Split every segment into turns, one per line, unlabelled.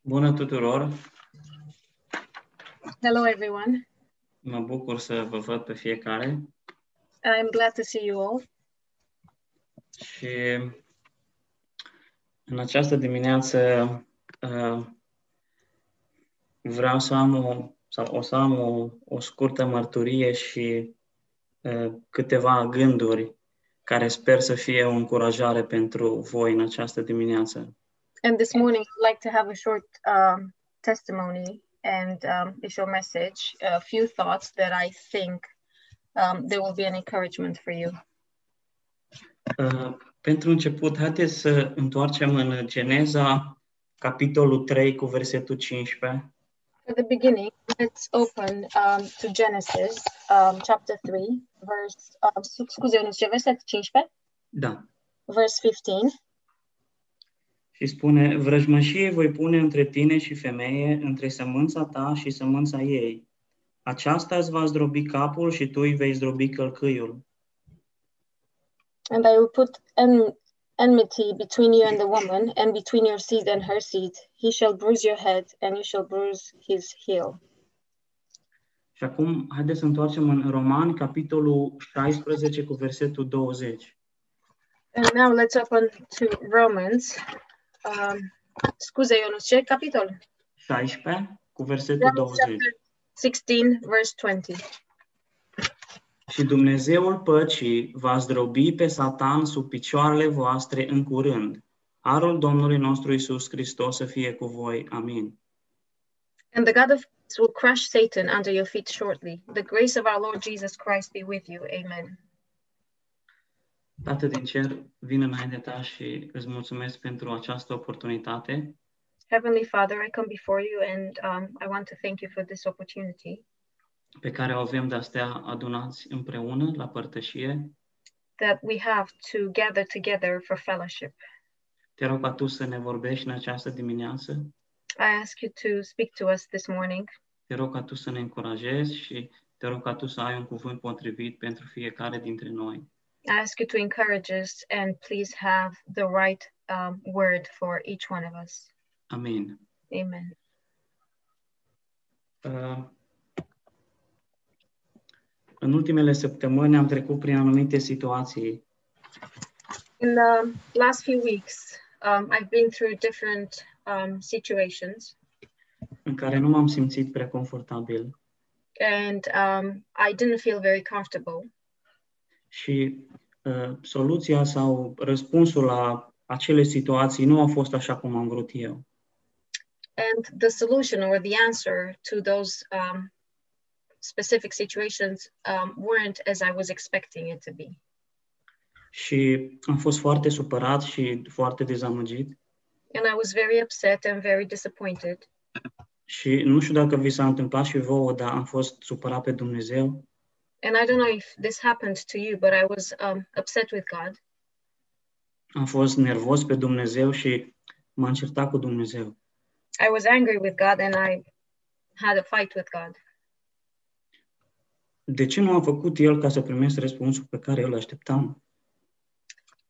Bună tuturor!
Hello, everyone.
Mă bucur să vă văd pe fiecare
I'm glad to see you all.
și în această dimineață uh, vreau să am o, sau o să am o, o scurtă mărturie și uh, câteva gânduri care sper să fie o încurajare pentru voi în această dimineață.
And this morning, I'd like to have a short um, testimony and um, a short message, a few thoughts that I think um, there will be an encouragement for you.
Uh, Pentru început, haideți să întoarcem în Geneza, capitolul 3 cu versetul 15.
At the beginning, let's open um, to Genesis um, chapter 3, verse, um, scuze, nu știu, versetul 15,
Da.
verse 15.
Și spune, vrăjmășie voi pune între tine și femeie, între sămânța ta și sămânța ei. Aceasta îți va zdrobi capul și tu îi vei zdrobi călcâiul.
And I will put en- enmity between you and the woman, and between your seed and her seed. He shall bruise your head, and you shall bruise his heel.
Și acum, haideți să întoarcem în Roman, capitolul 16 cu versetul 20.
And now let's open to Romans. Um, scuze, Ionuț, ce capitol?
16 cu versetul 20.
16, verse 20.
Și Dumnezeul păcii va zdrobi pe Satan sub picioarele voastre în curând. Harul Domnului nostru Isus Hristos să fie cu voi. Amin.
And the God of peace will crush Satan under your feet shortly. The grace of our Lord Jesus Christ be with you. Amen.
Tată din cer, vin înaintea ta și îți mulțumesc pentru această oportunitate
Heavenly Father, I come before you and um, I want to thank you for this opportunity
pe care o avem de a stea adunați împreună la părtășie.
that we have to gather together for fellowship.
Te rog ca tu să ne vorbești în această dimineață.
I ask you to speak to us this morning.
Te rog ca tu să ne încurajezi și te rog ca tu să ai un cuvânt potrivit pentru fiecare dintre noi.
I ask you to encourage us and please have the right um, word for each one of us.
Amin.
Amen.
Uh, În ultimele săptămâni am trecut prin anumite situații
In the last few weeks, um, I've been through different um, situations
în care nu m-am simțit prea confortabil.
and um, I didn't feel very comfortable.
și uh, soluția sau răspunsul la acele situații nu a fost așa cum am vrut eu.
And the solution or the answer to those um, specific situations um, weren't as I was expecting it to be.
Și am fost foarte supărat și foarte dezamăgit
And I was very upset and very disappointed.
și nu știu dacă vi s-a întâmplat și vouă, dar am fost supărat pe Dumnezeu
and I don't know if this happened to you, but I was um, upset with God.
am fost nervos pe Dumnezeu și m-am certat cu Dumnezeu.
I was angry with God and I had a fight with God.
De ce nu am făcut El ca să primesc răspunsul pe care eu îl așteptam?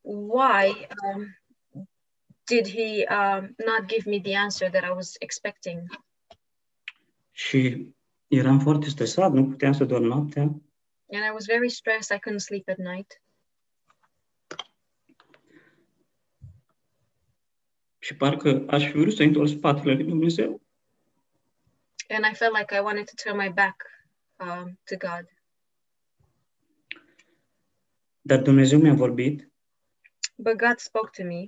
Why um, did He um, not give me the answer that I was expecting?
Și eram foarte stresat, nu puteam să dorm noaptea.
And I was very stressed. I couldn't sleep at night.
Și parcă aș fi vrut să întorc spatele lui Dumnezeu.
And I felt like I wanted to turn my back um, to God.
Dar Dumnezeu mi-a vorbit
But God spoke to me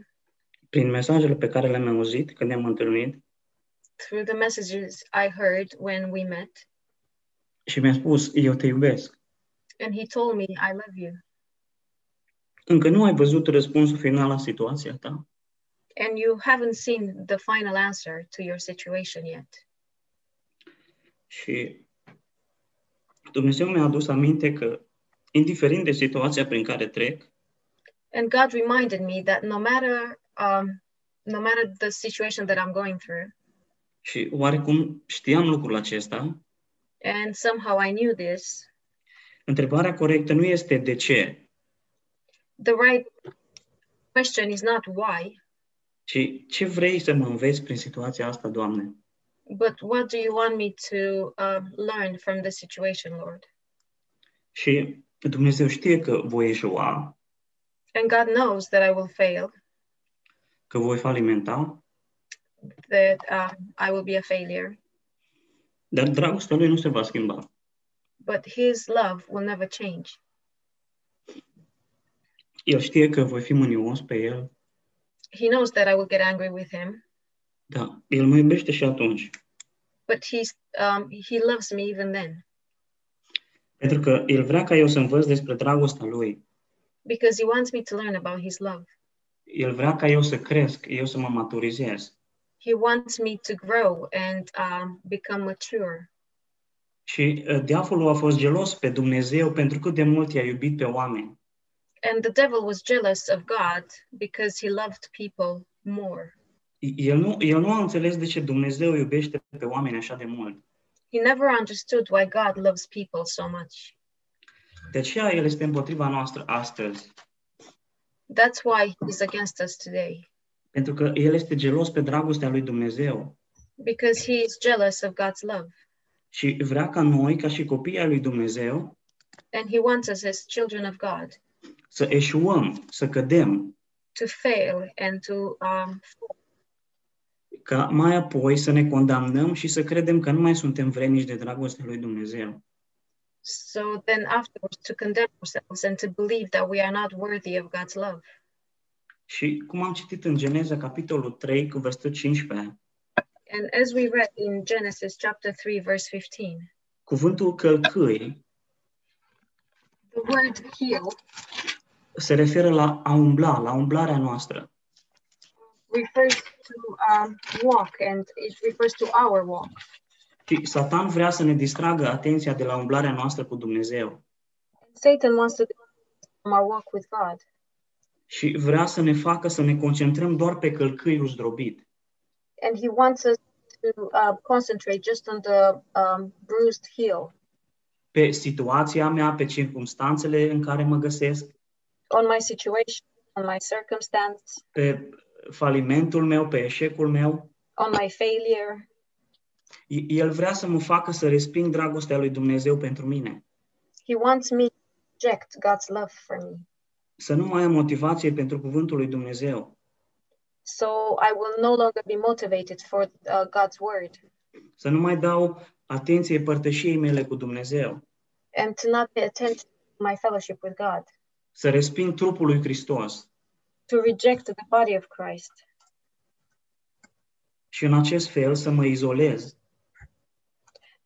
prin mesajele pe care le-am auzit când ne-am întâlnit
through the messages I heard when we met.
și mi-a spus, eu te iubesc.
And He told me, I love you.
Încă nu ai văzut răspunsul final la situația ta,
And you haven't seen the final answer to your situation yet.
Și Dumnezeu mi-a adus aminte că, indiferent de situația prin care trec,
and God reminded me that no matter um, no matter the situation that I'm going through,
și oarecum știam lucrul acesta,
and somehow I knew this,
întrebarea corectă nu este de ce,
the right question is not why,
Și ce vrei să mă înveți prin situația asta, Doamne?
But what do you want me to um, learn from this situation, Lord?
Și Dumnezeu știe că voi eșua,
And God knows that I will fail,
că voi falimenta,
that um, I will be a failure,
dar dragostea lui nu se va schimba.
but His love will never change.
El știe că voi fi mânios pe el,
He knows that I will get angry with Him,
dar Da. el mă iubește și atunci.
but He's um, He loves me even then
Pentru că el vrea ca eu să învăț despre dragostea lui.
because He wants me to learn about His love.
El vrea ca eu să cresc, eu să mă maturizez.
He wants me to grow and um, become mature.
Și uh, diavolul a fost gelos pe Dumnezeu pentru cât de mult i-a iubit pe oameni.
And the devil was jealous of God because He loved people more.
I- El nu, el nu a înțeles de ce Dumnezeu iubește pe oameni așa de mult.
He never understood why God loves people so much.
De aceea el este împotriva noastră astăzi.
That's why He's against us today.
Pentru că el este gelos pe dragostea lui Dumnezeu
because he is jealous of God's love
și vrea ca noi, ca și copiii ai lui Dumnezeu,
and he wants us as children of God
să eșuăm, să cădem,
to fail and to um,
ca mai apoi să ne condamnăm și să credem că nu mai suntem vrenici de dragostea lui Dumnezeu.
so then afterwards to condemn ourselves and to believe that we are not worthy of God's love.
Și cum am citit în Geneza, capitolul 3, cu versetul 15,
And as we read in Genesis chapter 3 verse 15,
cuvântul călcâi
the word heel
se referă la a umbla, la umblarea noastră.
refers to um, walk and it refers to our walk.
Și Satan vrea să ne distragă atenția de la umblarea noastră cu Dumnezeu
Satan wants to from our walk with God
și vrea să ne facă să ne concentrăm doar pe călcâiul zdrobit.
and he wants us to uh, concentrate just on the um, bruised heel
pe situația mea, pe circumstanțele în care mă găsesc,
on my situation, on my circumstance,
pe falimentul meu, pe eșecul meu.
on my failure.
I- El vrea să mă facă să resping dragostea lui Dumnezeu pentru mine,
He wants me to reject God's love for me.
să nu mai am motivație pentru cuvântul lui Dumnezeu,
So I will no longer be motivated for uh, God's word
să nu mai dau atenție părtășiei mele cu Dumnezeu,
and to not pay attention to my fellowship with God,
să resping trupul lui Hristos.
to reject the body of Christ,
și în acest fel să mă izolez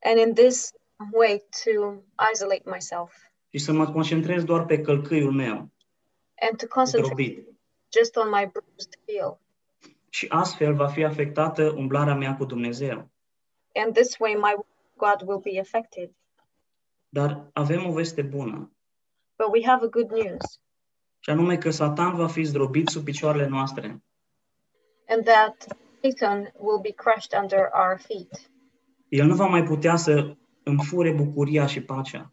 and in this way to isolate myself
și să mă concentrez doar pe călcâiul meu,
and to concentrate
zdrobit.
just on my bruised heel.
Și astfel va fi afectată umblarea mea cu Dumnezeu.
And this way, my walk with God will be affected.
Dar avem o veste bună,
But we have a good news,
și anume că Satan va fi zdrobit sub picioarele noastre.
and that Satan will be crushed under our feet.
El nu va mai putea să îmi fure bucuria și pacea,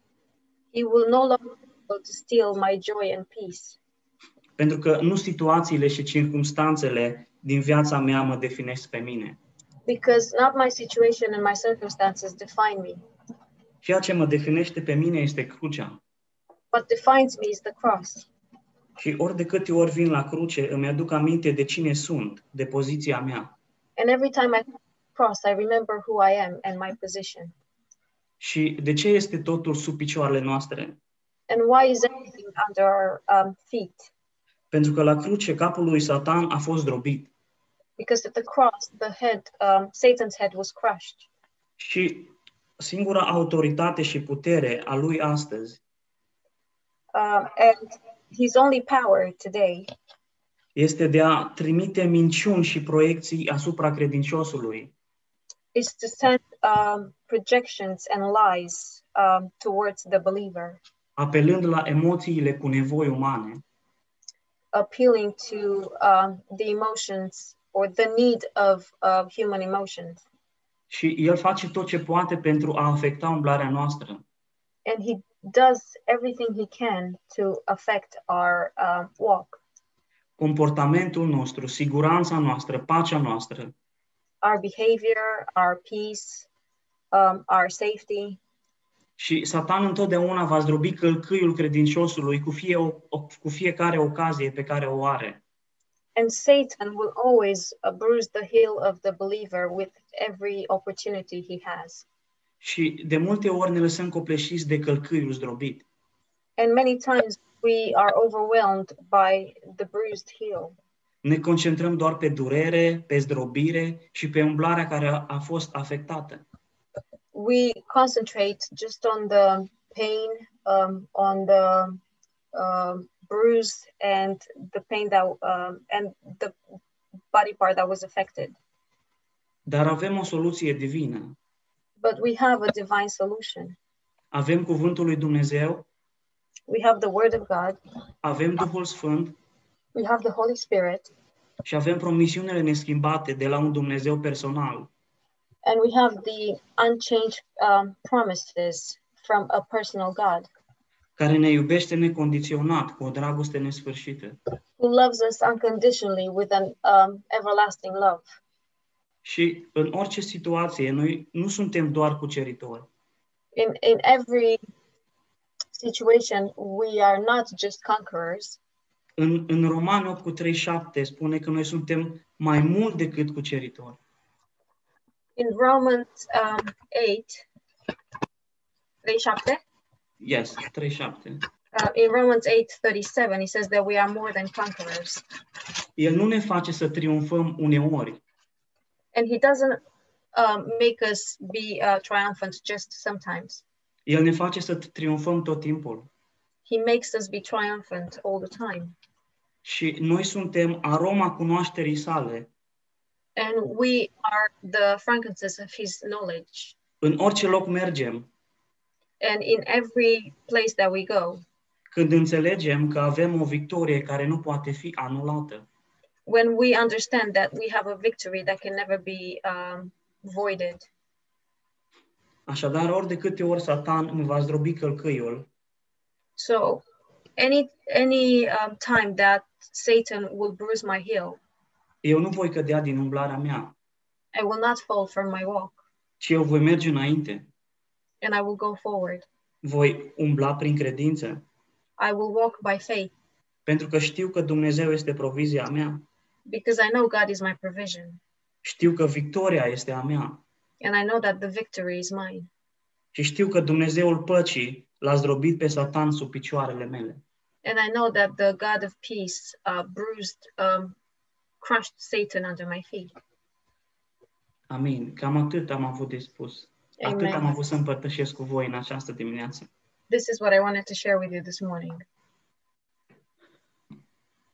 He will no longer be able to steal my joy and peace
pentru că nu situațiile și circumstanțele din viața mea mă definesc pe mine.
because not my situation and my circumstances define me.
Ceea ce mă definește pe mine este crucea.
What defines me is the cross.
Și ori de câte ori vin la cruce, îmi aduc aminte de cine sunt, de poziția mea.
And every time I cross, I remember who I am and my position.
Și de ce este totul sub picioarele noastre?
And why is everything under our um, feet?
Pentru că la cruce capul lui Satan a fost drobit
Because at the cross, the head, um, Satan's head was crushed.
și singura autoritate și putere a lui astăzi
Um, and his only power today
este de a trimite minciuni și proiecții asupra credinciosului,
is to send um, projections and lies um, towards the believer.
apelând la emoțiile cu nevoi umane,
appealing to um, the emotions or the need of uh, human emotions.
și el face tot ce poate pentru a afecta umblarea noastră.
And he does everything he can to affect our uh, um, walk.
comportamentul nostru, siguranța noastră, pacea noastră,
our behavior, our peace, um, our safety.
Și Satan întotdeauna va zdrobi călcâiul credinciosului cu, fie o, o, cu fiecare ocazie pe care o are.
And Satan will always uh, bruise the heel of the believer with every opportunity he has.
Și de multe ori ne lăsăm copleșiți de călcâiul zdrobit.
And many times we are overwhelmed by the bruised heel.
Ne concentrăm doar pe durere, pe zdrobire și pe umblarea care a, a fost afectată.
We concentrate just on the pain, um, on the um bruise, and the pain that um, and the body part that was affected.
Dar avem o soluție divină.
But we have a divine solution.
Avem Cuvântul lui Dumnezeu,
We have the Word of God.
avem Duhul Sfânt
We have the Holy Spirit,
și avem promisiunile neschimbate de la un Dumnezeu personal.
and we have the unchanged um, promises from a personal God
care ne iubește necondiționat, cu o dragoste nesfârșită.
who loves us unconditionally with an um, everlasting love.
Și în orice situație, noi nu suntem doar cuceritori,
In in every situation, we are not just conquerors.
În, în Roman 8 cu 37 spune că noi suntem mai mult decât cuceritori.
In Romans um, eight, they chapter.
Yes, 37.
Uh, in Romans 8 37, it says that we are more than conquerors.
El nu ne face să triumfăm uneori,
And he doesn't um, make us be uh, triumphant just sometimes.
El ne face să triumfăm tot timpul.
He makes us be triumphant all the time.
Și noi suntem aroma cunoașterii sale.
And we are the frankincense of his knowledge.
În orice loc mergem,
And in every place that we go,
când înțelegem că avem o victorie care nu poate fi anulată.
when we understand that we have a victory that can never be um, voided.
Așadar, ori de câte ori Satan îmi va zdrobi călcâiul,
So, any any um, time that Satan will bruise my heel,
eu nu voi cădea din umblarea mea,
I will not fall from my walk,
ci eu voi merge înainte.
and I will go forward.
Voi umbla prin credință,
I will walk by faith
pentru că știu că Dumnezeu este provizia mea,
because I know God is my provision,
știu că victoria este a mea
and I know that the victory is mine.
și știu că Dumnezeul păcii l-a zdrobit pe Satan sub picioarele mele.
And I know that the God of peace uh, bruised, um, crushed Satan under my feet.
Amin. Cam atât am avut de spus. Atât
Amen.
am avut să împărtășesc cu voi în această dimineață.
This is what I wanted to share with you this morning.